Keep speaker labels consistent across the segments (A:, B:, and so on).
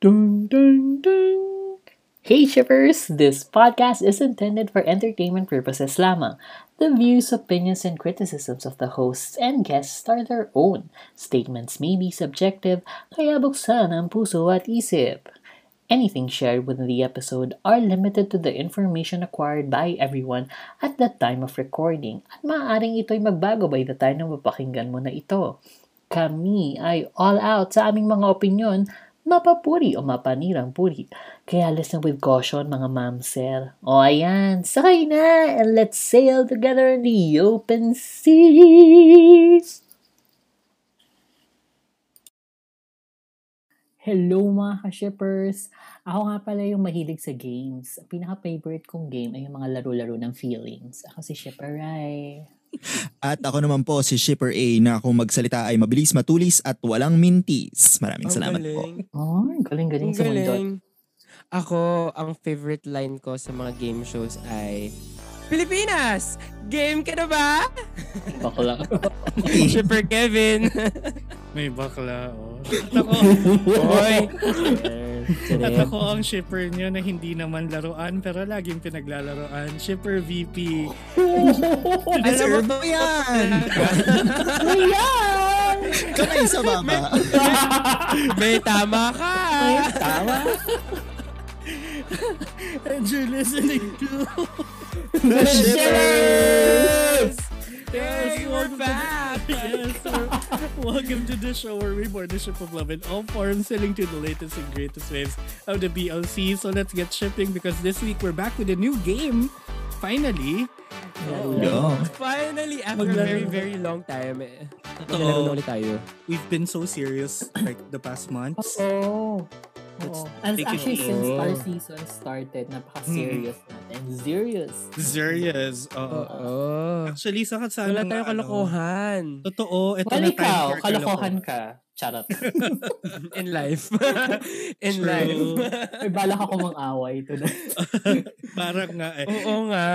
A: Dun, dun, dun. Hey Shivers! This podcast is intended for entertainment purposes lamang. The views, opinions, and criticisms of the hosts and guests are their own. Statements may be subjective, kaya buksan ang puso at isip. Anything shared within the episode are limited to the information acquired by everyone at the time of recording at maaaring ito'y magbago by the time na mapakinggan mo na ito. Kami ay all out sa aming mga opinyon mapapuri o mapanirang puri. Kaya listen with caution mga mamsel. O ayan, sakay na and let's sail together in the open seas! Hello mga ka-shippers! Ako nga pala yung mahilig sa games. Ang pinaka-favorite kong game ay yung mga laro-laro ng feelings. Ako si Shipper Rai.
B: At ako naman po si Shipper A na kung magsalita ay mabilis, matulis at walang mintis. Maraming salamat po.
A: Oh, ang galing-galing
C: Ang
A: sa mundo.
C: galing. Ako, ang favorite line ko sa mga game shows ay, Pilipinas! Game ka na ba?
A: Bakla.
C: Shipper Kevin!
D: May bakla, oh.
C: Hoy!
D: At ako ang shipper nyo na hindi naman laruan pero laging pinaglalaroan. Shipper VP.
B: Deserve mo yan! Kamay sa baba.
C: May tama ka!
D: And you're listening to...
B: Shippers!
C: Yes, we're back!
D: Yes, sir. Welcome to the show where we board the ship of love in all forms, sailing to the latest and greatest waves of the BLC. So let's get shipping because this week we're back with a new game. Finally.
B: Yo.
C: Finally, after
D: Maglaro.
C: very, very long time, eh,
D: Totoo.
C: maglalaro na ulit tayo.
D: We've been so serious like the past months.
A: Oo.
D: Let's
A: Oo. And
D: take it
A: actually,
D: easy.
A: since our
C: Oo.
A: season started, napaka-serious
D: Hmm.
A: natin. Serious.
D: Serious. oo.
C: Oo.
D: Actually, sa katsanang...
C: Wala tayong
D: ano,
C: kalokohan
D: Totoo, ito
A: Well,
D: na time
A: ikaw,
D: for
A: kalokohan ka. Charot.
C: in life. in
D: True.
C: life.
A: May balak ako mang away today.
D: Parang nga eh.
C: Oo nga.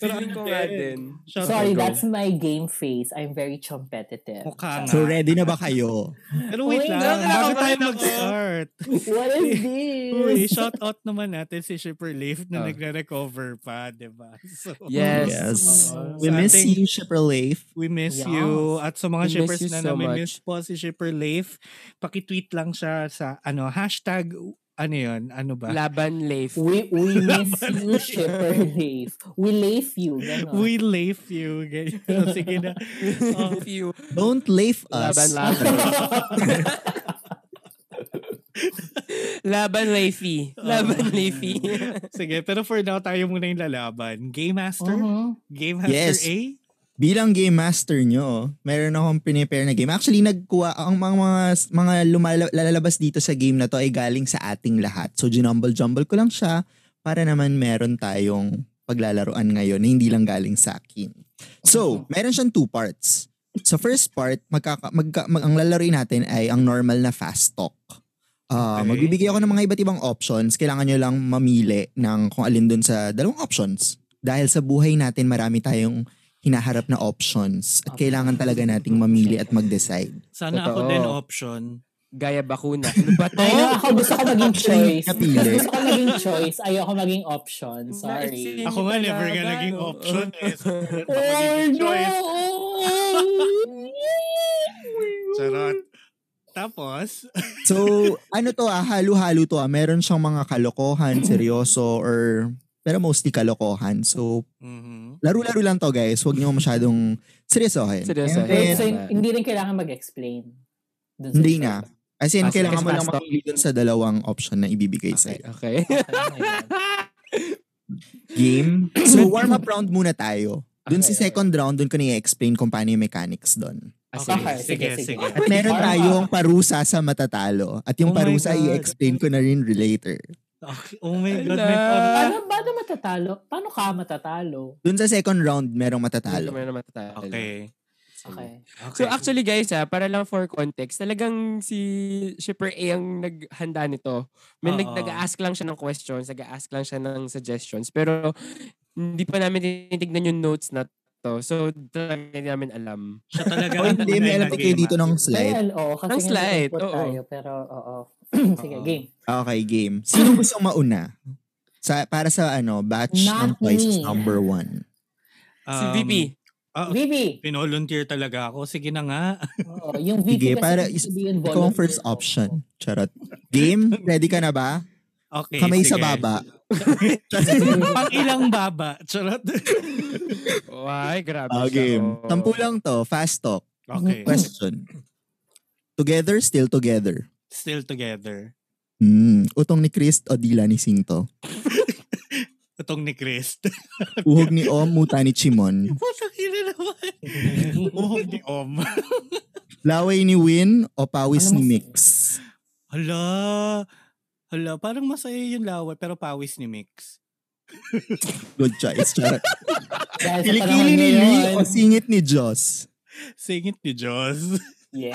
D: Pero
C: Feeling ko eh.
D: ano
C: nga
D: din.
C: din.
D: Shut
A: Sorry,
D: up, bro.
A: that's my game face. I'm very competitive.
D: Mukha nga.
B: So ready na ba kayo?
D: Pero wait
A: Wait,
D: lang,
A: lang,
D: bago
C: kinakabahan
D: tayo
C: ako.
D: mag-start.
A: What is
D: Uy,
A: this?
D: shout out naman natin si Shipper Leif na
C: Ah.
D: nagre-recover pa, di ba? So,
C: Yes.
B: Yes.
D: Oo.
B: We
D: Sa
B: miss
D: ating-
B: you, Shipper Leif.
D: We miss
A: Yes.
D: you. At sa mga
C: We miss
D: shippers
C: you
D: na
C: so
D: namin
C: much.
D: miss po si Shipper Leif, pakitweet lang siya sa ano hashtag ano yun? Ano ba?
C: Laban Leif.
A: We, we miss you, Shipper Leif. We leif you. Ganon.
D: We Leif you. Ganyan. Sige na. Oh,
C: If you
B: Don't leave
C: laban
B: us.
C: laban. laban Leify. Laban
D: Oh.
C: Leify.
D: Sige, pero for now, tayo muna yung lalaban. Game
B: Uh-huh.
D: Master?
C: Oh.
A: Mhm.
D: Game Master
B: Yes.
D: A?
B: Bilang game master nyo, meron akong pinipare na game. Actually, nagkuha, ang mga, mga, mga lumala- lalabas dito sa game na to ay galing sa ating lahat. So, jinumble-jumble ko lang siya para naman meron tayong paglalaruan ngayon na hindi lang galing sa akin. So, meron siyang two parts. Sa first part, magkaka, magka, mag, ang lalaroin natin ay ang normal na fast talk. Ah,
D: Okay.
B: Magbibigay ako ng mga iba't ibang options. Kailangan nyo lang mamili ng kung alin dun sa dalawang options. Dahil sa buhay natin, marami tayong hinaharap na options at kailangan talaga nating mamili at mag-decide.
D: Sana
C: Totoo.
D: ako din option.
C: Gaya bakuna. Ano ba to?
A: Ay, no, ako gusto ko maging choice.
B: Napili.
A: gusto ko maging choice. Ayoko maging option. Sorry.
C: Hindi
D: Ako nga, never ka
C: talaga,
D: naging
C: no?
D: option eh.
A: Oh, no!
D: Charot. Tapos,
B: So, ano to ah, halo-halo to ah. Meron siyang mga kalokohan, seryoso, or pero mostly kalokohan. So,
D: Mm-hmm.
B: laro-laro lang to guys. Huwag niyo masyadong seryosohin.
C: Seryosohin.
B: And then,
A: so, hindi rin kailangan mag-explain. Dun sa
B: Hindi
A: isa.
B: na. As in,
C: As in,
B: kailangan mo
C: fast
B: lang
C: talk.
B: mamili dun sa dalawang option na ibibigay
C: Okay.
B: sa'yo.
C: okay.
B: Game. So, warm-up round muna tayo. Dun
C: Okay,
B: sa second round, dun ko na i-explain kung paano yung mechanics dun.
C: Ah,
A: Okay,
C: sige.
A: sige,
D: sige,
A: sige.
D: sige.
B: At meron
A: Warm-up.
B: tayong parusa sa matatalo. At yung
D: ah. Oh my
B: parusa,
D: God.
B: i-explain ko na rin later.
D: okay, oh my God,
C: Ala.
D: may par-
A: Paano, paano matatalo? Paano ka matatalo?
B: Dun sa second round, merong matatalo.
C: Meron naman tayo.
D: Okay.
A: Okay.
D: okay.
C: So actually guys ha, para lang for context, talagang si Shipper A ang naghanda nito. May nag
D: Oo.
C: nag-ask lang siya ng questions, nag-ask lang siya ng suggestions, pero hindi pa namin tinitignan yung notes na to. So talaga hindi namin alam.
D: siya talaga ah.
B: Oh, hindi, may alam pa kayo dito ng slide.
A: Well, oo, kasi
C: Ang
A: nga
C: slide,
A: nag-input
C: oo.
A: Tayo, pero, oo. Sige,
C: Oo.
A: game.
B: Okay, game. Sinong gusto mauna? Sa, para sa ano, batch
A: Not
B: ng
A: me.
B: places number one.
C: si
D: Um,
C: VP.
D: Oh,
A: VP.
D: Pinolunteer talaga ako. Sige na nga.
A: Oo, yung VP
B: Sige,
A: kasi
B: para
A: needs to
B: is-
A: be in
B: ikaw ang
A: volunteer.
B: first option. Charot. Game, ready ka na ba?
D: Okay,
B: Kamay sa
D: sige.
B: baba.
D: Pang ilang baba. Charot.
C: Why? Grabe
B: Ah,
C: siya,
B: game.
C: oh.
B: Tampo lang to. Fast talk.
D: Okay.
B: Question. Together, still together.
D: Still together.
B: Hmm. Utong ni Chris o dila ni Singto?
D: Itong ni Chris.
B: Uhog ni Om, muta ni Chimon.
D: Putang ina naman. Uhog ni Om.
B: Laway ni Win o pawis
A: Ano
B: ni
A: mas-
B: Mix?
D: Hala. Hala, parang masaya yung laway pero pawis ni Mix.
B: Good choice. Charot.
A: Dahil sa
B: Kilikili
A: panahon
B: ni Lee Oh,
A: ngayon.
B: o singit ni Joss?
D: Singit ni Joss.
A: Yes.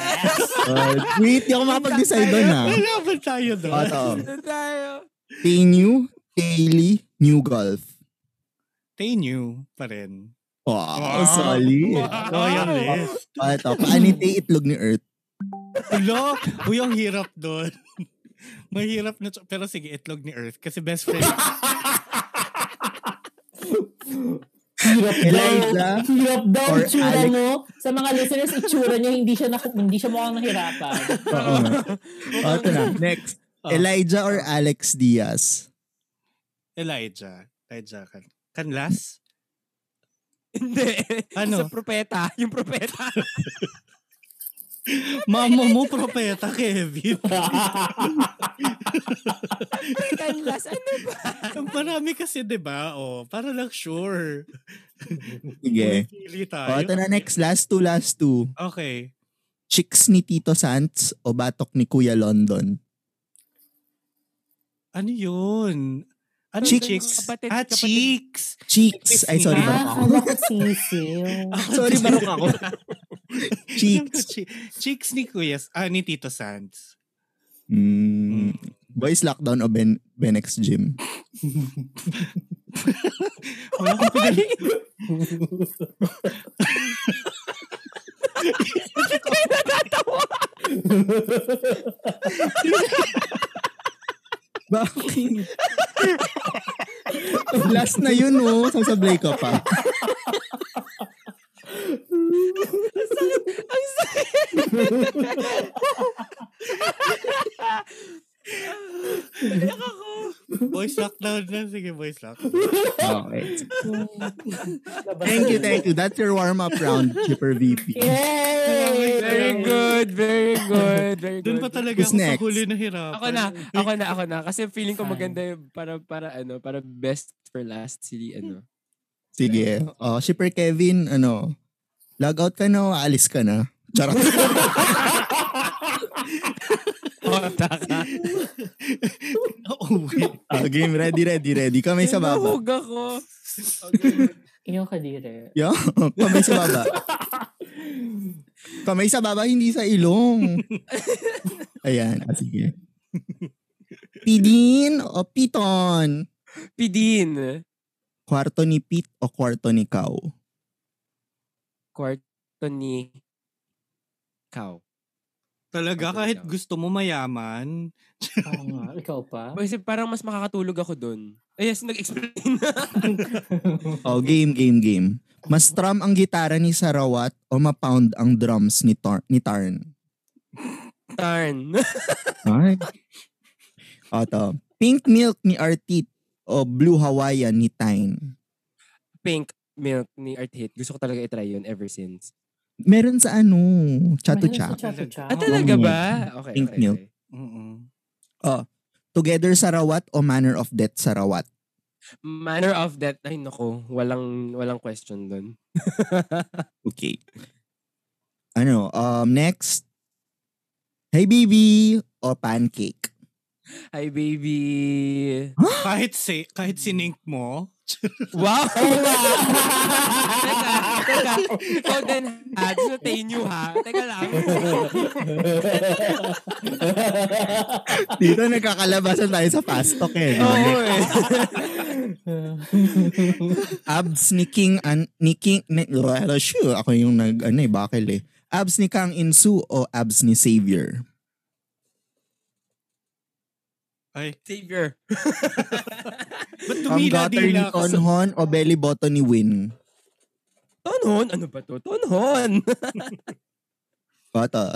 B: Uh, wait, di ako makapag-decide doon ah. ha.
D: Wala ba tayo doon?
B: Oto.
C: Ano tayo?
B: Tainu, Kaylee, New Golf.
D: Tay new pa rin.
B: Wow,
D: Wow.
B: solid.
D: Ah.
C: Wow.
D: Loyalist.
B: Oto, paano tay itlog ni Earth?
D: Hala. Uy, ang hirap doon. Mahirap na. Pero sige, itlog ni Earth. Kasi best friend.
A: Hirap
B: Eliza
A: daw. Hirap daw
B: ah. or
A: itsura
B: Alex?
A: nyo. Sa mga listeners, itsura nyo, hindi siya, naku- hindi siya mukhang nahirapan.
B: Oo nga. Oto na, next.
D: Oh,
B: Elijah or Alex Diaz?
D: Elijah. Elijah. Kan Kanlas?
C: Hindi. Sa
D: Ano?
C: propeta. Yung propeta.
D: Mama mo, propeta, Kevin.
C: Kanlas. Ano ba?
D: Ang marami kasi, di ba? Oh, para lang sure.
B: Sige.
D: Pili tayo.
B: Oto na, next. Last two, last two.
D: Okay.
B: Chicks ni Tito Sanz o batok ni Kuya London?
D: Ano yun? Ano
B: Chicks.
D: chicks?
C: Kapatid-
D: ah,
C: kapatid-
D: chicks.
B: Chicks. Ay, sorry.
A: ah,
B: Barok ako.
A: kala ko sisiw.
B: Sorry, barok ako. Chicks.
D: Chi- chicks ni Kuya, ah, ni Tito Sands.
B: Mm. Boys Lockdown o ben Benex Gym?
D: Wala akong pinag-
B: Bakit? Last na yun, oh. Sasablay ka pa.
C: Ayak ako.
D: Voice lockdown na. Sige, voice lockdown.
B: Okay. Thank you, thank you. That's your warm-up round, Chipper VP.
A: Yay!
C: Very good. Very good. Very good.
D: Doon pa talaga
B: Who's
D: ako sa
B: next?
D: huli na hirap.
C: Ako na, ako na, ako na. Kasi feeling ko maganda yung para, para ano, para best for last si, ano.
B: Sige. Oh, Chipper Kevin, ano, log out ka na o aalis ka na? Charot.
D: Nauwi.
B: Ah, game, ready, ready, ready. Kamay sa baba.
C: Nahug ako. Okay.
A: Iyong kadire.
B: Yo, kamay sa baba. Kamay sa baba, hindi sa ilong. Ayan, ah, sige. Pidin o piton?
C: Pidin.
B: Kwarto ni Pit o kwarto ni Cow?
C: Kwarto ni Cow.
D: Talaga,
C: Okay,
D: kahit
C: ikaw.
D: gusto mo mayaman.
A: Oo nga, ikaw pa.
C: Kasi parang mas makakatulog ako doon. Ay, yes, nag-explain na.
B: Oh, game, game, game. Mas strum ang gitara ni Sarawat o ma-pound ang drums ni, Tar- ni Tarn?
C: Tarn.
B: Ay. Oto. Pink milk ni Artit o blue Hawaiian ni Tyne?
C: Pink milk ni Art Hit. Gusto ko talaga itry yun ever since.
B: Meron sa ano, Chato
A: Mahirap sa
B: Cha.
A: Chato-cha.
C: Ah, talaga
B: milk.
C: ba? Okay.
B: Pink
C: okay,
B: milk.
C: okay.
D: Mm-mm.
B: Together Sarawat o Manner of Death Sarawat?
C: Manner of death. Ay, nako. Walang, walang question doon.
B: Okay. Ano, um, next. Hey baby o pancake?
C: Hi, baby.
D: Kahit si, kahit sinink mo.
C: Wow! teka, teka. Golden hat. So, tayo nyo, ha? Teka lang.
B: Dito nagkakalabasan tayo sa fast talk eh. no?
C: Oo eh.
B: abs ni King an ni King ni, Lalo, shoo, ako yung nag ano eh bakil eh abs ni Kang Insu o abs ni Xavier
D: Ay.
C: Savior.
E: But to
B: Ang
E: me,
B: gutter
E: Nadine, ah,
B: ni
E: kasi-
B: Tonhon o belly button ni Win?
C: Tonhon? Ano ba to? Tonhon!
B: Bata.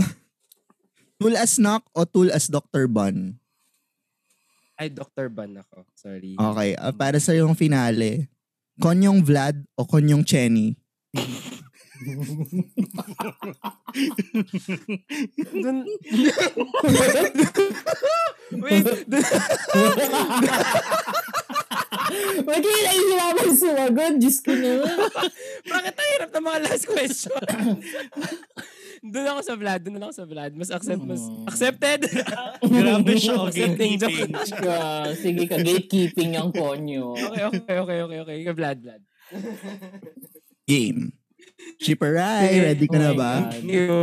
B: Tool as knock o tool as Dr. Bun?
C: Ay, Dr. Ban ako. Sorry.
B: Okay,
D: uh,
B: ah, para sa yung finale. Konyong Vlad o Konyong Chenny?
C: Dun... Wait, dun...
A: Magiging nahihirapan sumagot. Diyos ko naman.
C: Bakit ang hirap ng mga last question? doon ako sa Vlad. Doon ako sa Vlad. Mas accept, mas accepted.
D: Hmm. Grabe siya. Okay,
C: Accepting joke.
A: Ka- Sige ka, gatekeeping yung konyo.
C: Okay, okay, okay, okay, okay. Ikaw, Vlad, Vlad.
B: Game. Chipperay, ready ka na
A: Oh my
B: ba?
A: God.
C: Thank you.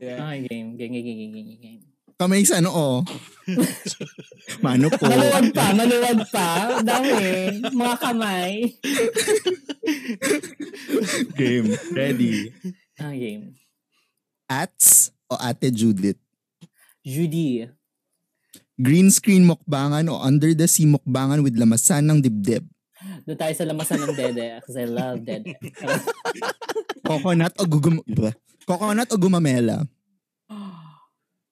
C: Yeah.
A: Ay, game, game, game, game, game, game.
B: Kamay sa ano, oh. Mano po.
A: Maluwag pa, maluwag pa. Dami, mga kamay.
B: Game. Ready.
A: Ah, game.
B: Ats o Ate Judith?
A: Judy,
B: Green screen mukbangan o under the sea mukbangan with lamasan ng dibdib?
A: doon tayo sa lamasan ng dede because I love dede.
B: Coconut o gugum... Blah. Coconut o gumamela?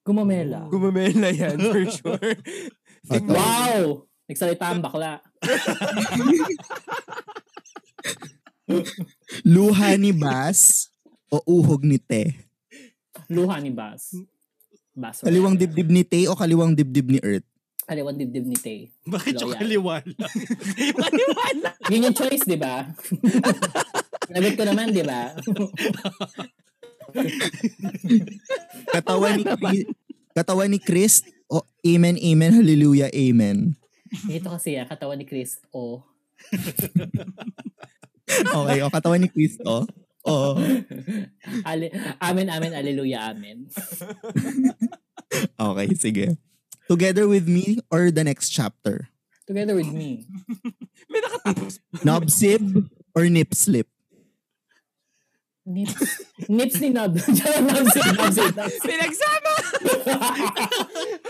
A: Gumamela.
C: Gumamela yan, for sure. Tingnan-
A: Wow! Nagsalita ang bakla.
B: Luha ni Bas o uhog ni Te?
A: Luha ni Bas. Bas.
B: Kaliwang dibdib ni Te o kaliwang dibdib ni Earth?
A: Kaliwang dibdib ni Tay.
D: Bakit siya
A: Loyal.
D: kaliwala?
C: Maniwala.
A: Yun yung choice, di ba? Nagot ko naman, di ba?
B: Katawan ni Chris, katawan ni Chris o Amen, Amen, Hallelujah, Amen.
A: Ito kasi yan, katawan ni Chris. oh. O.
B: Okay, o katawan ni Chris o. O,
A: Ale- amen, amen, aleluya, amen.
B: okay, sige. Together with me or the next chapter?
A: Together with me.
C: May nakatapos.
B: Knob sip or nip slip?
A: Nips. Nips ni Nob. Nobs it, nobs it, nobs it.
C: Pinagsama!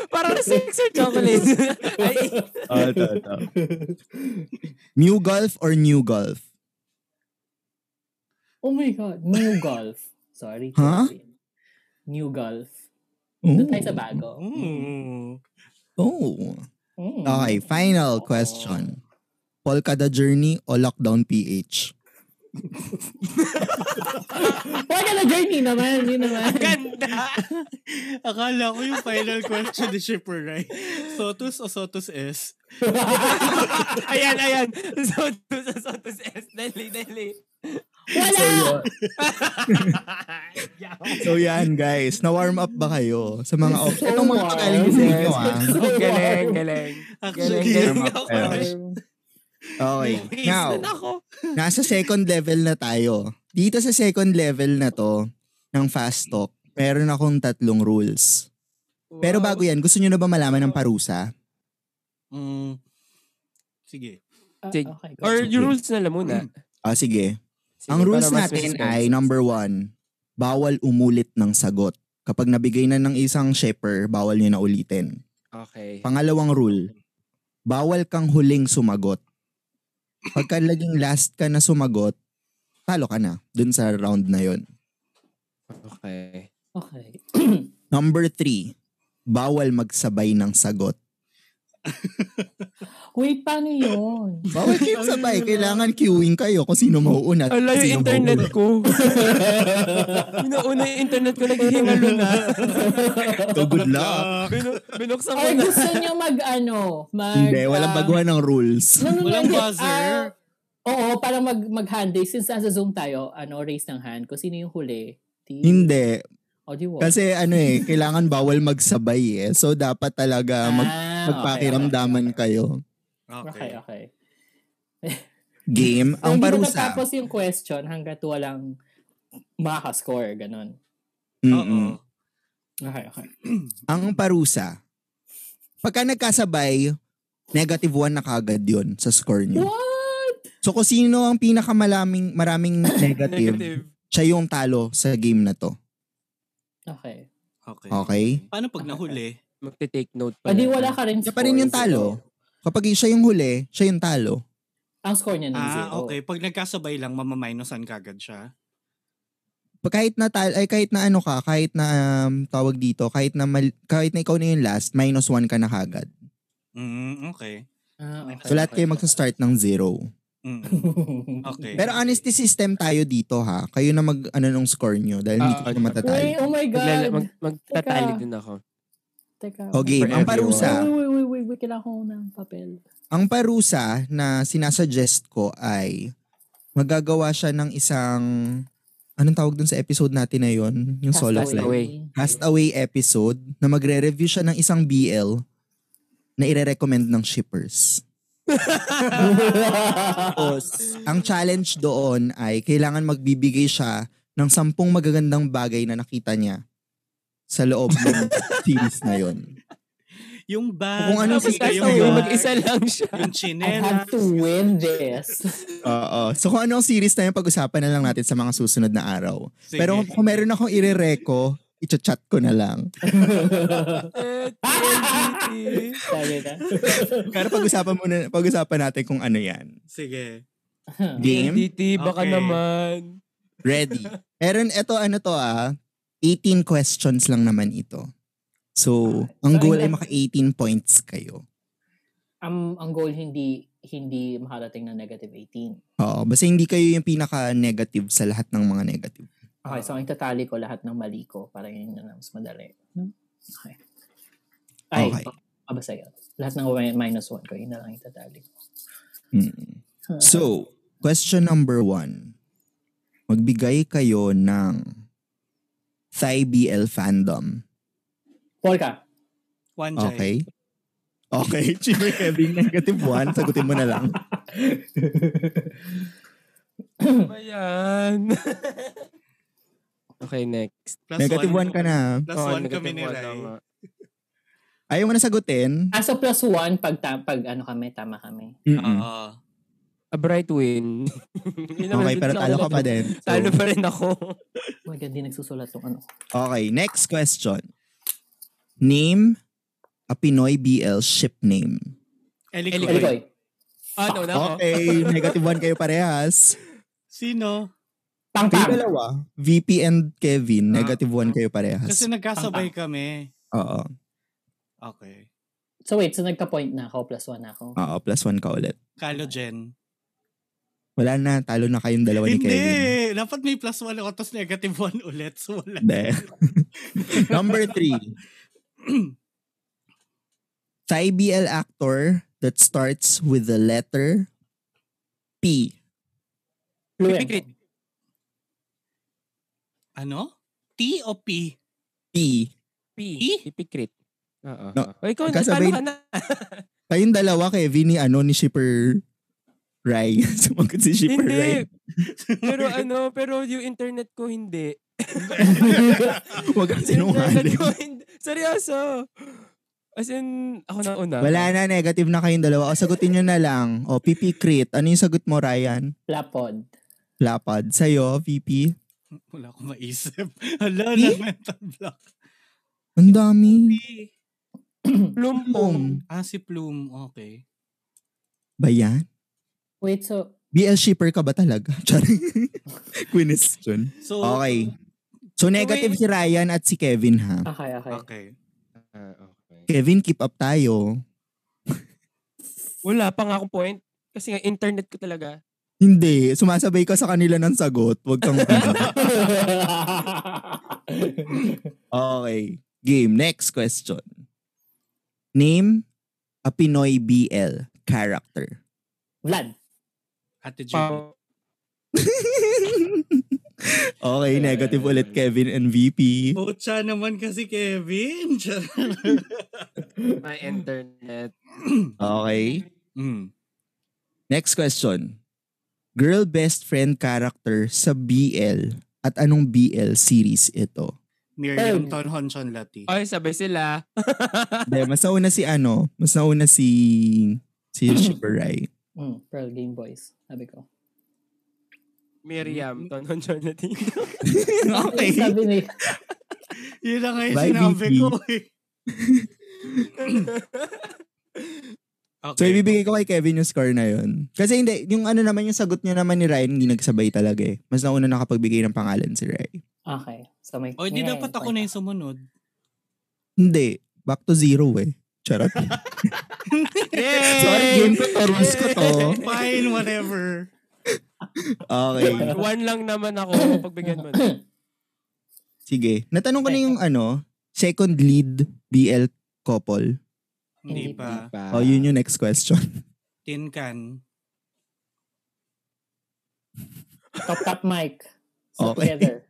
C: Parang sex or chocolate. Ay,
B: Oh, ito, ito. New golf or new golf?
A: Oh my God. New golf. Sorry.
B: Huh?
A: Kevin. New golf.
B: Oh.
A: Doon tayo sa bago.
C: Hmm.
D: Mm.
B: oh.
A: Mm.
B: Okay, final question. Polkada Journey o Lockdown PH?
A: Huwag ka na journey naman. Yun naman.
C: ganda!
D: Akala ko yung final question ni Shipper, right? Sotus o Sotus S?
C: ayan, ayan. Sotus, sotus, S. Dali, dali.
A: Wala!
B: So yan guys, na-warm up ba kayo sa mga off?
A: So
B: Itong mga
A: warm.
B: kagaling din dito ah.
A: So
C: Oh, galing,
A: warm.
C: galing.
D: Actually,
C: Galing,
D: yung
C: galing
D: ako. eh.
B: Warm up,
A: Warm.
B: Okay.
C: Please,
B: Now,
C: na ako.
B: nasa second level na tayo. Dito sa second level na to, ng fast talk, meron akong tatlong rules. Pero bago yan, gusto nyo na ba malaman ng parusa?
D: Mm. Sige.
A: Ah,
C: Sige.
A: okay, go.
C: Or yung rules na lang muna.
B: Ah, sige.
C: Sige,
B: Ang rules
C: para mas may
B: natin
C: suspense.
B: ay number one, bawal umulit ng sagot. Kapag nabigay na ng isang shipper, bawal nyo na ulitin.
C: Okay.
B: Pangalawang rule, bawal kang huling sumagot. Pagka laging last ka na sumagot, talo ka na dun sa round na yon.
C: Okay.
A: Okay.
B: Number three, bawal magsabay ng sagot.
A: Wait, paano yun?
B: Bawal kayo sabay. Kailangan queuing kayo kung sino mauuna. at
C: Ala,
B: sino
C: yung internet
B: mauuna.
C: ko. Inauna yung internet ko, naghihingalo na.
B: So good
C: Oh
B: luck.
C: Binu- binuksan ko
A: Ay,
C: na.
A: gusto nyo mag ano? Mag,
B: Hindi, walang baguhan ng rules.
D: Walang
A: ah,
D: buzzer.
A: oo, parang mag, mag-hand raise. Since nasa Zoom tayo, ano, raise ng hand. Kung sino yung huli. Di,
B: Hindi.
A: O, di walk.
B: Kasi ano eh, kailangan bawal magsabay eh. So dapat
A: Ah,
B: talaga mag-
A: okay,
B: magpakiramdaman kayo.
A: Okay, okay. okay.
B: Game, ang
A: Hindi ko
B: parusa.
A: natapos yung question hanggat walang makascore, ganun.
B: Mm-mm.
A: Okay, okay.
B: Ang parusa. Pagka nagkasabay, negative one na kagad yun sa score niyo.
A: What?
B: So kung sino ang pinakamalaming maraming negative,
C: Negative.
B: siya yung talo sa game na to.
A: Okay.
D: Okay.
B: Okay?
D: Paano pag nahuli?
C: magte-take note
A: O Ah,
C: pa.
A: di
C: lang.
A: wala ka rin
B: Siya pa rin yung
A: score,
B: talo. Kapag siya yung huli, siya yung talo.
A: zero. Ang score niya ng
D: Ah,
A: zero.
D: okay. Pag nagkasabay lang, mamaminosan kagad siya.
B: Pag kahit na tal ay kahit na ano ka, kahit na um, tawag dito, kahit na mal- kahit na ikaw na yung last, minus one ka na kagad.
D: Mm, okay.
A: Ah, okay.
B: So lahat kayo magsa-start ng zero.
D: Mm, okay.
B: Pero honesty system tayo dito ha. Kayo na mag ano nung score nyo dahil hindi ko
C: Ah,
B: na matatali.
A: Wait, oh my
C: Maglala-
A: God.
C: mag, magtatali
A: Teka.
C: din ako.
A: Teka.
B: O game, ang
C: For
B: parusa.
A: Wait, wait, wait, wait, wait. Kailangan ko ng papel.
B: Ang parusa na sinasuggest ko ay magagawa siya ng isang anong tawag dun sa episode natin na yon yung solo
A: Castaway.
B: flight. Castaway episode na magre-review siya ng isang BL na ire-recommend ng shippers. Tapos, ang challenge doon ay kailangan magbibigay siya ng sampung magagandang bagay na nakita niya sa loob ng series na yon.
D: yung bag,
B: Kung ano
C: Tapos
B: si
D: yung
C: castaway,
D: bag,
C: mag-isa lang siya.
D: yung
A: I
D: chinela.
A: have to win this.
B: Oo. So kung ano ang series na yun, pag-usapan na lang natin sa mga susunod na araw.
D: Sige.
B: Pero kung, kung meron akong ire-reco, icha-chat ko na lang.
A: Sabi na.
B: Pero pag-usapan muna, pag-usapan natin kung ano yan.
D: Sige.
B: Game?
C: DT, baka
D: Okay.
C: naman.
B: Ready. Meron, eto ano to ah, 18 questions lang naman ito. So, ang
A: So,
B: goal ay
A: hindi-
B: maka-18 points kayo.
A: ang, ang goal hindi hindi makarating ng negative 18.
B: Oo, basta hindi kayo yung pinaka-negative sa lahat ng mga negative. Ah.
A: Okay, so ang itatali ko lahat ng mali ko para yun na mas madali. Hmm? Okay. Ay,
B: Okay.
A: ah, basta yun. Lahat ng mi- minus 1 ko, yun na lang itatali ko.
B: Mm.
A: Huh.
B: So, question number one. Magbigay kayo ng Thai BL fandom.
A: Polka.
D: One jai.
B: Okay? Okay, Chimay Kevin, negative one. Sagutin mo na lang. Hmm.
C: Ayan. okay, next.
D: Plus
B: Negative one ka na.
D: Plus
C: Oo,
D: one kami
C: Oh, negative
D: ni
C: one,
D: Ray.
C: tama.
B: Ayaw mo na sagutin?
A: Ah, so plus 1 pag, ta- pag ano kami, tama kami.
B: Mm-mm.
D: Oo.
C: A bright win. Yun naman,
B: Okay,
C: dun
B: pero
C: lang
B: talo
C: ako
B: ka pa
C: naka-
B: din. So,
C: Talo pa rin ako.
A: Oh my God, di nagsusulat yung ano.
B: Okay, next question. Name a Pinoy BL ship name.
D: Elikoy.
C: Elikoy.
A: Elikoy.
C: Ah, no, na ako.
B: Okay, negative one kayo parehas.
D: Sino?
B: Kayo
A: Pangpang.
B: dalawa, VP and Kevin, negative one kayo
D: Kasi
B: parehas.
D: nagkasabay kami.
B: Oo,
D: Okay.
A: So wait, so nagka-point na ako, plus 1 na ako.
B: oo, plus one ka ulit.
D: Kalogen.
B: Wala na, talo na kayong dalawa ni
D: Hindi!
B: Kevin.
D: Dapat may plus one ako tapos negative one ulit. So wala.
B: Hindi. Number three. Thai BL actor that starts with the letter P.
A: Fluent.
C: Pipikrit.
D: Ano? T o P?
B: P.
C: P.
D: E?
C: Pipikrit. Oo.
B: No,
C: O, ikaw, na,
B: magkasabay-
C: paano ka na?
B: Kayong dalawa, Kevin, ni ano, ni Shipper Rai. Sumagot si Shipper
C: Hindi.
B: Rai.
C: pero ano, pero yung internet ko hindi.
B: Huwag kang
C: Yung internet
B: sinungaling.
C: ko hindi. Seryoso. As in, ako na una.
B: Wala na, negative na kayong dalawa. O, sagutin nyo na lang. O, PP Crit. Ano yung sagot mo, Ryan?
A: Lapod.
B: Lapad. Sa'yo, VP.
D: Wala akong maisip. Hala, na mental block.
B: Ang dami.
D: P.
C: Lumpong.
B: Pum.
D: Ah, si Plume. Okay.
B: Ba yan?
A: Wait, so
B: BL shipper ka ba talaga? Charing. Question.
D: So,
B: Okay. So, negative si Ryan at si Kevin, ha?
A: okay, okay.
D: Okay.
C: Ah, okay.
B: Kevin, keep up tayo.
C: Wala pa nga akong point. Kasi nga, internet ko talaga.
B: Hindi. Sumasabay ka sa kanila ng sagot. Huwag kang... okay. Game. Next question. Name a Pinoy BL character.
A: Vlad.
D: Ate Judy.
C: Pa-
B: okay, negative ulit Kevin and VP.
D: Pucha naman kasi Kevin.
C: my internet.
B: Okay.
D: mm.
B: Next question. Girl best friend character sa BL at anong BL series ito?
D: Miriam Tonhonchon Lati.
C: Ay, sabay sila.
B: De, mas nauna si ano, mas nauna si si Shiburai.
A: Mm, Pearl Game Boys. Sabi ko.
C: Miriam, Tonon Jonathan.
B: okay.
A: Sabi ni,
D: Yun lang nga yung
B: Bye,
D: sinabi
B: Vicky.
D: ko eh. Okay.
B: So, ibibigay ko kay Kevin yung score na yun. Kasi hindi, yung ano naman, yung sagot niya naman ni Ryan, hindi nagsabay talaga eh. Mas nauna nakapagbigay ng pangalan si Ryan.
A: Okay. So may...
D: O, Oh, hindi
A: may
D: dapat ako na yung sumunod.
B: Hindi. Back to zero eh. Charot. Sorry, game ko to. Rules ko to.
D: Fine, whatever.
B: Okay.
C: One, one lang naman ako pagbigyan mo. na.
B: Sige. Natanong ko na yung ano, second lead BL couple.
D: Hindi
A: Hindi
D: pa.
B: Oh, yun yung next question.
D: Tin can.
A: Top top mic. So
B: Okay.
A: together.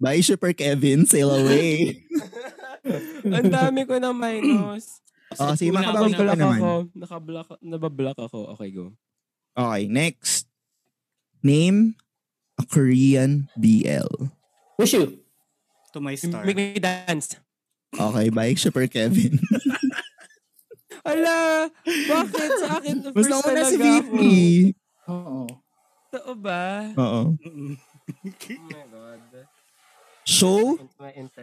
B: Bye, Shipper Kevin. Sail away.
C: Ang dami ko na minus.
B: Oh, sige,
D: Una
B: makabawi
D: ako
B: ko lang
C: Block
B: naman.
C: ako. Nakablock, nabablock ako. Okay, go.
B: Okay, next. Name a Korean BL.
A: Wish you.
D: To my star.
C: Make me dance.
B: Okay, bye, Shipper Kevin.
C: Ala! Bakit sa akin? the
B: Mas
C: first
B: nauna si
C: talaga
B: Whitney.
A: Oo.
C: ako? Totoo ba?
B: Oo.
D: Mm-mm.
C: Oh my God.
B: So,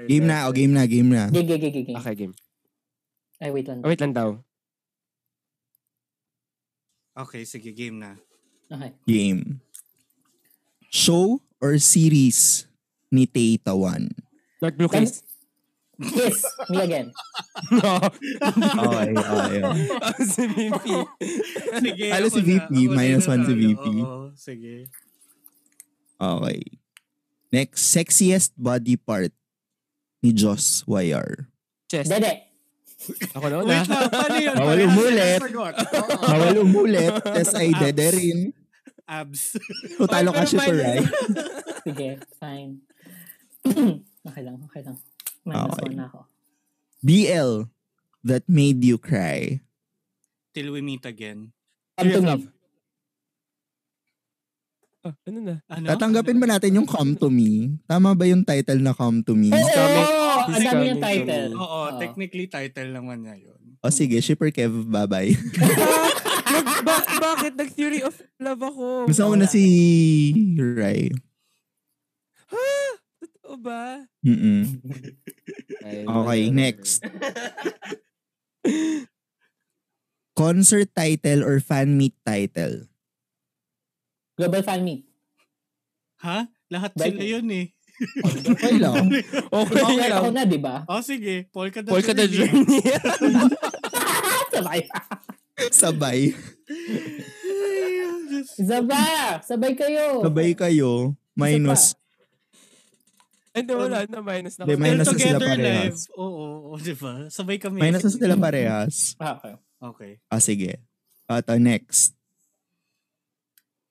B: game na. O, game na, game na.
A: Gig, gig, gig, gig.
C: Okay, game.
A: Ay, wait lang.
C: Oh, wait lang daw.
D: Okay, sige, game na.
A: Okay.
B: Game. Show or series ni Tay Tawan?
C: Dark Blue
A: Can-
C: Kiss.
A: Kiss me again.
C: No.
B: Okay, okay. okay.
C: si VP.
D: Sige,
B: Talo
D: ako
B: si
D: na.
B: VP,
D: Ako na
B: minus one si
D: natalo.
B: VP.
D: Oo, sige.
B: Okay. Next, sexiest body part ni Joss YR.
C: Chest.
A: Dede.
C: Ako na una.
D: Wait lang, paano yun?
B: Bawal
D: Parehas
B: umulit.
D: yung sagot.
B: Bawal umulit, tas ay
D: Abs.
B: dede rin.
D: Abs.
B: Tutalo
C: Oy,
B: ka
C: pero
B: siya for
C: minus-
B: right.
A: Sige, fine. okay lang, okay lang. Minus
B: Okay.
A: one na ako.
B: BL, that made you cry.
D: Till we meet again.
A: Come to me.
C: Ah, ano na?
D: Ano?
B: Tatanggapin ba natin yung Come To Me? Tama ba yung title na Come To Me?
A: Oo!
C: coming.
A: Ang
C: He's
A: dami yung
C: coming to
A: title.
C: me.
D: Oo,
A: Oo.
D: technically title naman niya yun.
B: O sige, Shipper Kev, bye-bye.
C: Ah, ba- bakit nag-theory of love ako?
B: Gusto ko na si Rai.
C: Ha? Totoo ba?
B: Mm-mm. Okay, next. Concert title or fan meet title?
A: Global fan meet.
D: Ha? Lahat
A: Bakit?
D: sila yun eh.
B: Okay lang.
C: Okay,
A: Okay,
C: lang.
A: ako na, di ba?
D: Oh, sige. Polka the
C: Polka the
D: Journey.
C: journey.
A: Sabay.
B: Sabay.
D: Just-
A: Sabay! Sabay kayo!
B: Sabay kayo. Minus.
C: Hindi, wala na. Minus na.
B: Hindi,
C: ako.
B: minus na sila
D: together live.
B: parehas.
D: Oo, oo, oo, di ba? Sabay kami.
B: Minus na sila parehas.
A: Ah, okay.
D: Okay.
B: Ah, sige. Ito, next.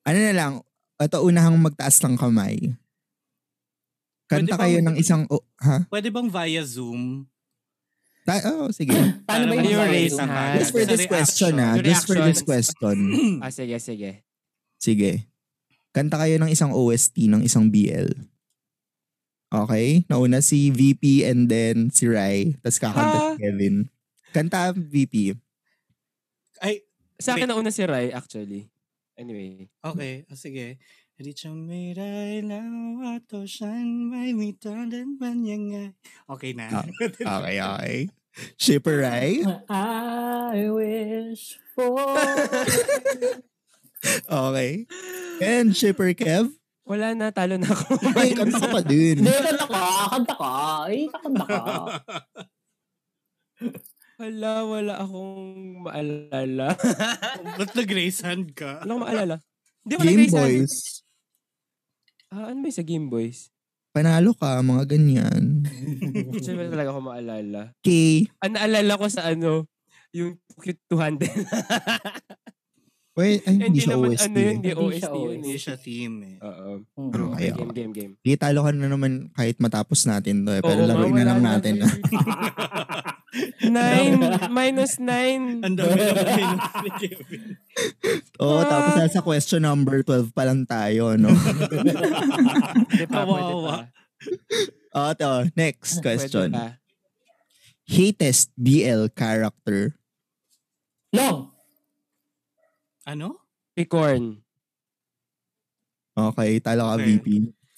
B: Ano na lang, ito unahang magtaas ng kamay. Kanta
D: Pwede bang-
B: kayo ng isang, oh, ha?
D: Pwede bang via Zoom?
B: Ta- oh, sige.
A: Paano ba
D: Para
A: yung
D: yung
A: mga
D: raise
A: Zoom?
C: ng hand.
B: Just for
D: Sa
B: this
D: reaction,
B: question, ah.
C: yung
B: Just for this
C: reactions.
B: question.
C: Ah, sige, sige.
B: Sige. Kanta kayo ng isang OST ng isang BL. Okay? Nauna si VP and then si Rai. Tapos kakanta si
C: Ah.
B: Kevin. Kanta VP.
D: Ay,
C: Sa akin na una si Rai, actually. Anyway.
D: okay. Oh, sige. Richameray lawa to shan may mitalan banyangay. Okay na.
B: Ah, Okay, okay. Shipper Rai.
A: I wish for...
B: Okay. And Shipper Kev.
C: Wala na, talo na ako.
B: Ay, kanta ka pa din.
A: Hindi, kanta ka! Kanta ka! Eh, kanta ka!
C: wala, wala akong maalala.
D: Ba't nag-raise hand ka?
C: Wala akong maalala. Hindi wala
B: Game
C: guys, ah.
B: Boys.
C: Ah, ano ba yung sa Game Boys?
B: Panalo ka, mga ganyan.
C: Actually, wala talaga ako maalala.
B: Okay.
C: Ang naalala ko sa ano, yung cute to handle.
B: Well, ay, hindi
C: Hindi
B: siya
C: naman
B: OST.
C: ano yun, di
A: Hindi siya
C: OST yun.
D: Hindi
C: eh.
D: siya team eh.
C: Oo.
A: Mm.
C: True.
B: Okay,
C: Okay,
B: okay.
C: game, game, game.
B: Di, talo ka na naman kahit matapos natin to eh. Pero
C: Oo,
B: laruin na
C: wala
B: lang
C: na.
B: natin. ah.
C: Nine, minus nine.
D: Ang dami ng minus ni Kevin.
B: Oo,
C: Ah.
B: tapos nasa question number 12 pa lang tayo, no?
C: Pwede pa, pwede pa.
D: Kawawa.
B: O, Ah, ito, next question.
C: Ah, Pwede pa.
B: Hatest BL character.
A: Long!
D: Ano?
C: Picorn.
B: Okay, talo ka,
D: Okay.
B: VP.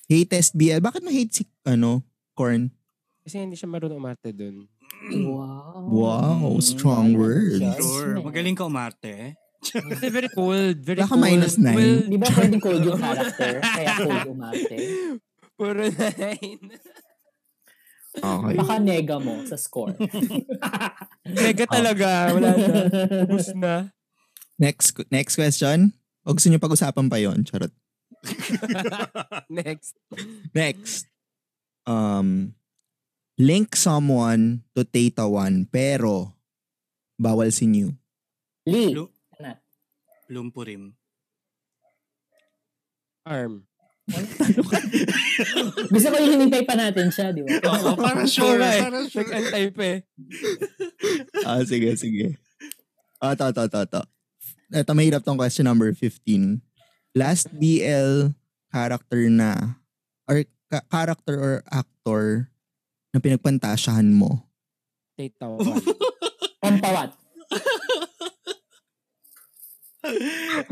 B: Hatest BL. Bakit mo hate si, ano, Corn?
C: Kasi hindi siya marunong umarte dun.
A: Wow.
B: Wow, strong words.
A: Yes,
D: Sure.
A: man.
D: Magaling ka umarte.
C: Kasi very cold. Very
B: Baka
C: cold.
B: minus nine.
C: Well,
A: Di ba pwedeng cold yung character? Kaya cold umarte.
C: Puro nine.
B: Okay.
A: Baka nega mo sa score.
C: Mega talaga.
D: Ah,
C: Wala na. Ubus na.
B: Next next question. O gusto niyo pag-usapan pa yon Charot.
C: Next.
B: Next. Um, link someone to Tata One pero bawal si New.
A: Lee.
D: Lu-
A: ano?
D: Lumpurim.
C: Arm.
A: Gusto ko yung hinintay pa natin siya, di ba?
D: Oo, para sure.
C: Wala eh.
D: para sure.
C: Nag-antay pa eh.
B: ah, sige, sige. Ah, to, to, to, to. Ito, mahirap tong question number 15. Last BL character na, or ka- character or actor na pinagpantasyahan mo.
C: Titawan.
A: Pampawat.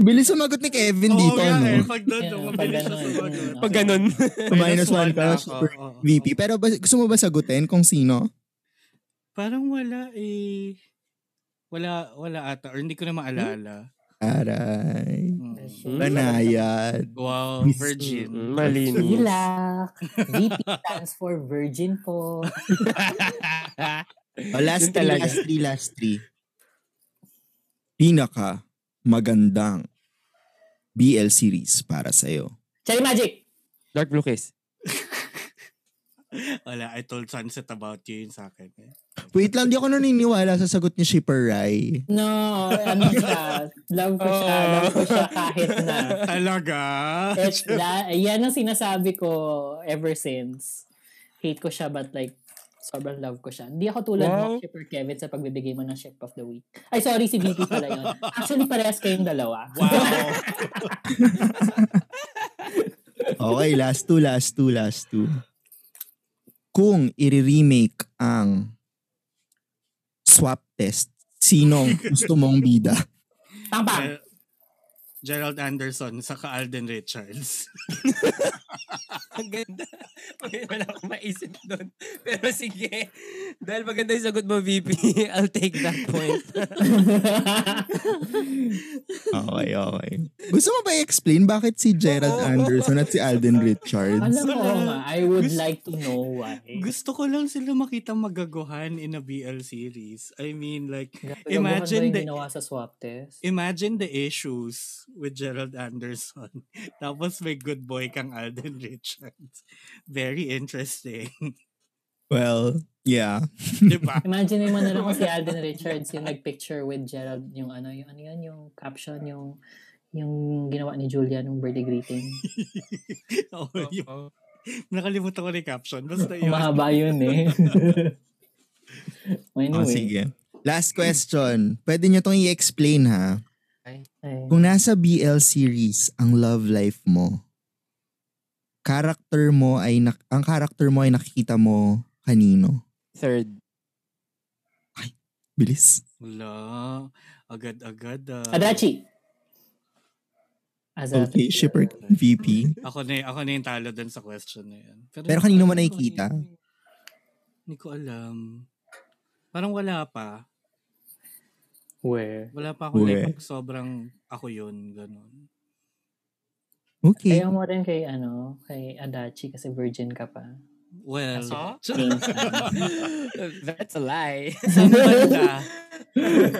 B: Bilis sumagot ni Kevin dito,
D: Oo nga
B: no?
D: eh. Pag doon,
A: Yan,
D: yeah,
A: pag
D: mabilis siya
A: ganun,
D: sumagot.
A: yun.
C: Pag ganun.
B: Minus one ka,
D: na ako.
B: super
D: Oo.
B: VP. Pero ba, gusto mo ba sagutin kung sino?
D: Parang wala eh. Wala, wala ata. Or hindi ko na maalala.
B: Aray.
D: Hmm.
B: Banayad.
D: Wow,
B: Miss-
D: virgin.
C: Mm, Malinis.
A: Hilak. VP stands for virgin po.
B: Oh, last
C: Yun
B: three,
C: talaga.
B: last three, last three. Pinaka magandang BL series para sa'yo.
A: Cherry Magic.
C: Dark Blue Kiss.
D: Wala, I told Sunset about you yun sa akin. eh.
B: Wait lang, di ako naniniwala sa sagot ni Shipper Rai.
A: No, ano siya. Love ko siya. Love ko siya kahit na.
D: Talaga?
A: It's la- yan ang sinasabi ko ever since. Hate ko siya but like sobrang love ko siya. Hindi ako tulad
C: Wow.
A: mo, Shipper Kevin, sa pagbibigay mo ng Ship of the Week. Ay, sorry, si VP pala yun. Actually, parehas kayong dalawa.
D: wow.
B: Okay, last two, last two, last two. Kung i-remake ang swap test, sinong gusto mong bida?
A: Pang pang.
D: Ger- Gerald Anderson, saka Alden Richards.
C: Ang ganda. Okay, wala akong maisip doon. Pero sige. Dahil maganda yung sagot mo, VP, I'll take that point.
B: Okay, okay. Gusto mo ba i-explain bakit si Gerald Anderson at si Alden Richards?
A: Alam mo nga, I would like to know why.
D: Gusto ko lang sila makita magaguhan in a BL series. I mean, like,
A: Gagaguhan
D: imagine
A: ba yung
D: the-
A: ginawa sa swap test?
D: imagine the issues with Gerald Anderson. Tapos may good boy kang Alden Richards. Very interesting.
B: Well, yeah.
D: Di ba?
A: Imagine mo na lang kung si Alden Richards yung nagpicture with Gerald yung ano yung ano yun yung caption yung yung ginawa ni Julia nung birthday greeting.
D: Oo, yun. Oh, Nakalimutan ko na yung caption. Basta yun.
A: Mahaba yun eh.
C: Ah,
A: Well,
B: Oh,
A: anyway.
B: sige. Last question. Pwede nyo tong i-explain ha.
A: Ay.
B: Kung nasa BL series ang love life mo, character mo ay nak- ang character mo ay nakikita mo kanino?
C: Third.
B: Bilis.
D: Wala. Agad-agad. ah.
B: Ano?
A: Adachi. Azar.
B: Okay, shipper VP.
D: Ako na, ako na yung talo dun sa question na yan.
B: Pero
D: hindi
B: kanino
D: ko
B: mo
D: alam kung
B: nakikita?
D: ano- Hindi ko alam. Parang wala pa.
A: Where?
D: Wala pa ako
B: Uwe.
D: naipag sobrang ako yun. Ganun.
B: Okay.
A: Kaya mo rin kay ano, kay Adachi kasi virgin ka pa.
D: Well,
C: Aso?
D: sa-
A: James na.
C: That's a lie.
D: saan banda?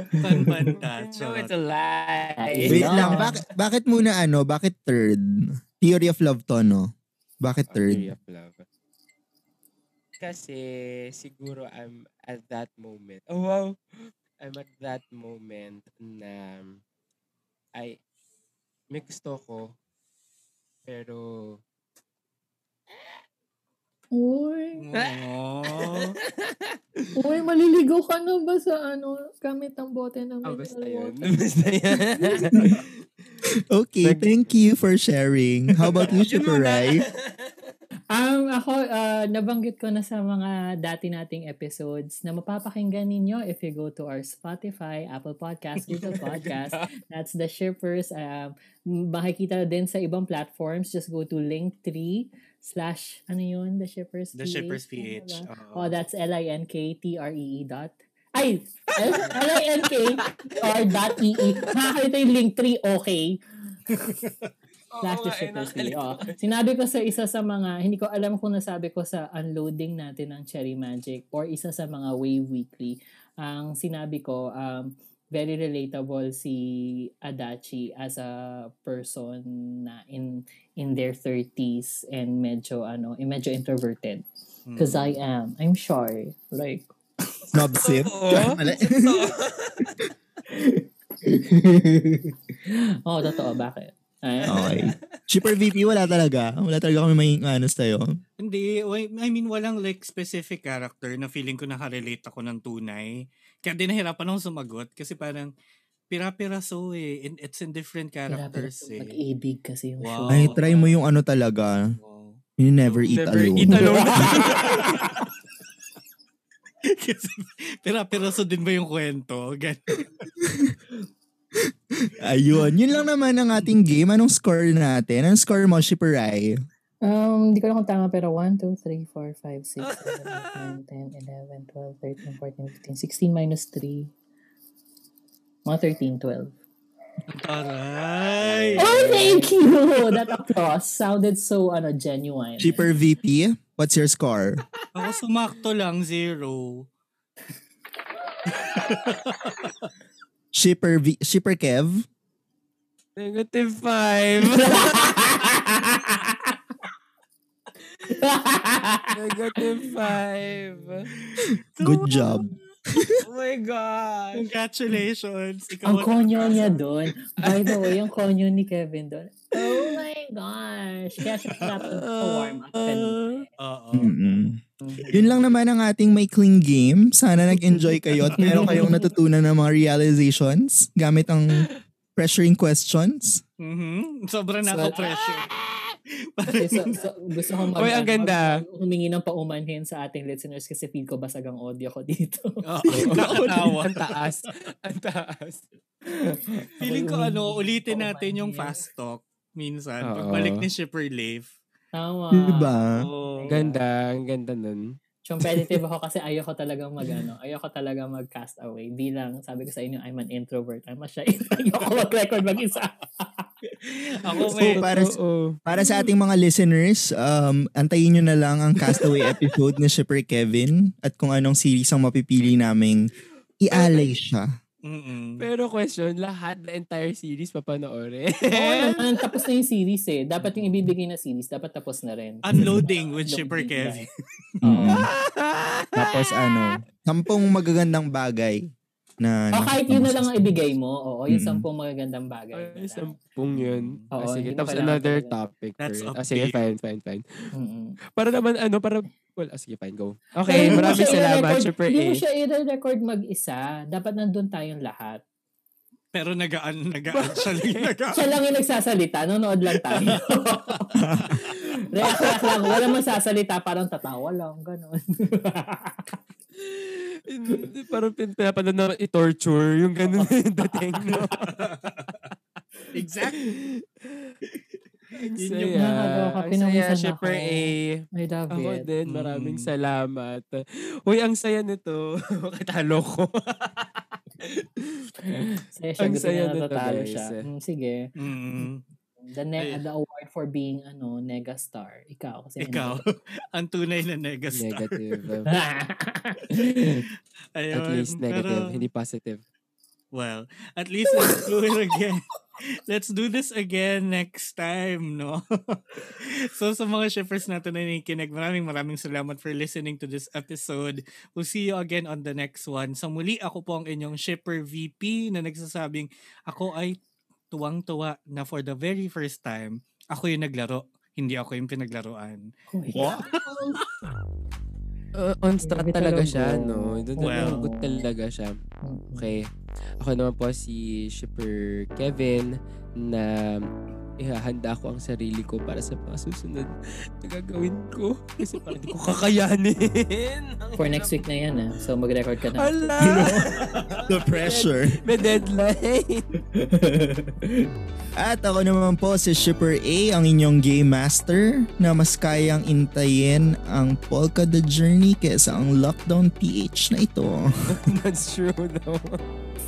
D: Saan banda?
C: No,
D: Charot.
C: it's a lie.
B: Wait
A: Hello.
B: lang, bakit, bakit muna ano, bakit third? Theory of love to, no? Bakit third?
C: Theory of love. Kasi siguro I'm at that moment. Oh wow. I'm at that moment na I may gusto ko pero
A: Uy,
D: Oo.
A: Oh. uy, maliligaw ka na ba sa ano, gamit ang bote ng
C: ah, basta
A: mineral
C: yun.
A: water?
C: Basta yun.
B: Okay,
C: Nag-
B: thank you for sharing. How about you,
C: Yun
B: Shipper
C: muna.
B: Rai?
A: Um, ako, ah, nabanggit ko na sa mga dati nating episodes na mapapakinggan ninyo if you go to our Spotify, Apple Podcast, Google Podcast. That's the shippers. Um, makikita din sa ibang platforms. Just go to Linktree slash, ano yun? The Shippers
D: The Shippers PH.
A: Ano ba?
D: oo.
A: Oh, that's L-I-N-K-T-R-E-E E dot. Ay! L- L-I-N-K-T-R dot E E-E. Nakakita yung link 3, okay. Slash Oh. the
C: eh,
A: Shippers PH. Oo. Sinabi ko sa isa sa mga, hindi ko alam kung nasabi ko sa unloading natin ng Cherry Magic or isa sa mga Wave Weekly. Ang sinabi ko, um, very relatable si Adachi as a person na in in their 30s and medyo ano, eh, medyo introverted.
D: Hmm.
A: Because I am. I'm shy. Like,
B: Nobsit.
C: Oo.
B: Mali.
A: oh, totoo, bakit? Ay,
B: okay. Shipper VP, wala talaga. Wala talaga kami may ano sa'yo.
D: Hindi, wa- I mean, walang like specific character na feeling ko nakarelate ako ng tunay. Kaya din nahirapan akong sumagot kasi parang pira-piraso eh. And it's in different characters
A: Grabe,
D: eh.
A: Pag-ibig kasi yung
D: Wow.
A: show.
B: Ay, try mo yung ano talaga.
D: Wow.
B: You never eat
C: Oh, Never
B: alone.
C: eat alone.
D: Kasi pira-piraso din ba yung kwento? Ganun.
B: Ayun. Yun lang naman ang ating game. Anong score natin? Anong score mo, Shipper Rai?
A: Um, hindi ko lang kung tama, pero 1, 2, 3, 4, 5, 6, 7, 8, 9, 10, 11, 12, 13, 14, 15, 16 minus 3. Mga 13, 12.
D: Taray!
A: Oh, thank you! That applause sounded so, ano, genuine.
B: Shipper VP, what's your score?
D: Ako sumakto lang, zero.
B: Shipper, v- Shipper Kev?
C: Negative five. Negative five.
B: Good job.
C: Oh my gosh.
D: Congratulations! Ikaw
A: Ang
D: ang-
A: konyo niya doon. By the way, yung konyo ni Kevin doon. Oh my gosh! Kaya siya pinapag warm up kanina.
D: Oo.
B: Mm-mm. Yun lang naman ang ating may clean game. Sana nag-enjoy kayo at meron kayong natutunan ng mga realizations gamit ang pressuring questions.
D: Mhm. Sobrang
A: So,
D: nako-pressure.
A: Kasi eh, so, so, gusto ko mag-
C: Uy, ang ganda.
A: mag- humingi ng paumanhin sa ating listeners kasi feel ko basag ang audio ko dito.
D: Oo.
C: Nakakatawa. Ang taas. Ang taas.
D: Feeling ko ano, ulitin
A: Oh,
D: natin yung
A: man.
D: fast talk minsan.
C: Oo.
D: Pagbalik ni Shipper Leif.
A: Tama.
C: Ah.
B: Diba?
D: Oh.
C: Ganda. Ang ganda nun.
A: Competitive ako kasi ayoko talagang mag ano, ayoko talaga mag cast away. Bilang sabi ko sa inyo, I'm an introvert. I'm a shy. ayoko mag-record mag-isa.
D: Ako
B: So,
D: may...
B: para, para sa ating mga listeners, um, antayin nyo na lang ang Castaway episode ni Shipper Kevin at kung anong series ang mapipili naming ialay siya.
D: Mm-mm.
C: Pero question, lahat, the entire series papanoorin.
A: Oo naman, tapos na yung series eh. Dapat yung ibibigay na series, dapat tapos na rin.
D: Unloading with
A: Unloading,
D: Shipper Kevin.
B: Mm. Tapos ano, sampung magagandang bagay na...
A: O kahit yun na lang ang
B: nakakamasis-
A: ibigay mo. Oo, yung
B: Mm.
A: sampung magagandang bagay. diba? na
C: Ay,
A: lang.
C: sampung yun.
A: Oo,
C: Ah, sige,
A: hindi mo
C: tapos
A: kailangan
C: another
A: talaga.
C: topic.
D: That's
C: for it.
D: up
C: Ah,
D: to
C: sige,
D: you.
C: fine, fine, fine.
A: Mm-mm.
C: Para naman, ano, para, well, ah, sige, fine, go. Okay,
A: Pero hindi mo
C: maraming
A: siya
C: salamat,
A: i-record-
C: Super
A: Hindi
C: A.
A: mo siya i-record mag-isa. Dapat nandun tayong lahat.
D: Pero nagaan, nagaan. Actually, nagaan.
A: Siya lang yung nagsasalita. Nanonood lang tayo. react react lang. Wala man sasalita. Parang tatawa lang. Ganon.
C: Hindi, Parang pin- pinapanood na i-torture, yung ganun na yung dating, no?
D: Exactly.
C: Ang
D: Yun
C: saya.
D: yung
A: nakakaloka.
C: Ang saya,
A: Pinawisan
C: Super
A: ako.
C: A.
A: Ay, David.
C: Ako din, maraming
D: Mm.
C: salamat. Uy, ang saya nito. Katalo ko.
A: Saya siya.
C: Ang
A: Gusto
C: saya
A: niya
C: nito,
A: natatalo
C: guys.
A: siya. Mm, sige.
D: Mm-mm.
A: The, ne-
D: Ay.
A: the award for being ano, nega star. Ikaw. Kasi
D: Ikaw, ang tunay na negastar.
C: Negative.
D: Ayun,
C: At least negative,
D: pero-
C: hindi positive.
D: Well, at least let's do it again. Let's do this again next time, no? so sa mga shippers natin na nakikinig, maraming maraming salamat for listening to this episode. We'll see you again on the next one. Sa muli, ako po ang inyong shipper VP na nagsasabing ako ay tuwang-tuwa na for the very first time, ako yung naglaro, hindi ako yung pinaglaruan.
A: What?
C: Uh, on strat
A: Grabe talaga.
C: talaga siya, no? Doon
D: Well.
C: well. good talaga siya. Okay. Ako naman po si Shipper Kevin na ihahanda ko ang sarili ko para sa mga susunod na gagawin ko. Kasi parang hindi ko kakayanin. Ang
A: For next
C: hirap.
A: week na yan ah. So mag-record ka na.
C: Hala!
B: The pressure.
C: May deadline.
B: At ako naman po si Shipper A, ang inyong game master na mas kayang intayin ang Polka the Journey kesa ang Lockdown PH na ito.
C: That's true no?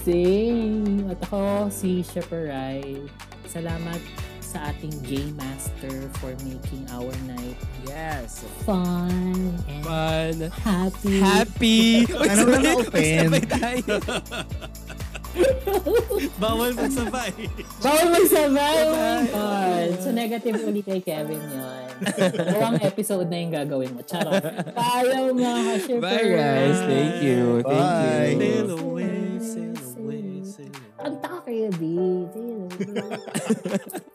A: Same! At ako, si Sheparai. Salamat sa ating Game Master for making our night
C: Yes.
A: fun and
C: Fun.
A: happy.
C: Happy.
B: Ano ba na-open?
C: Sabay tayo.
D: Bawal magsabay.
A: Bawal magsabay! Oh my
C: Bye.
A: God! So negative ulit kay Kevin yun. Dalawang episode na yung gagawin mo. Charot. Tayo mga Sheparai!
C: Bye guys. Thank you. Thank
B: Bye.
D: sail
C: you.
D: away, sail away, sail away.
A: Ang taka kayo, di. Di.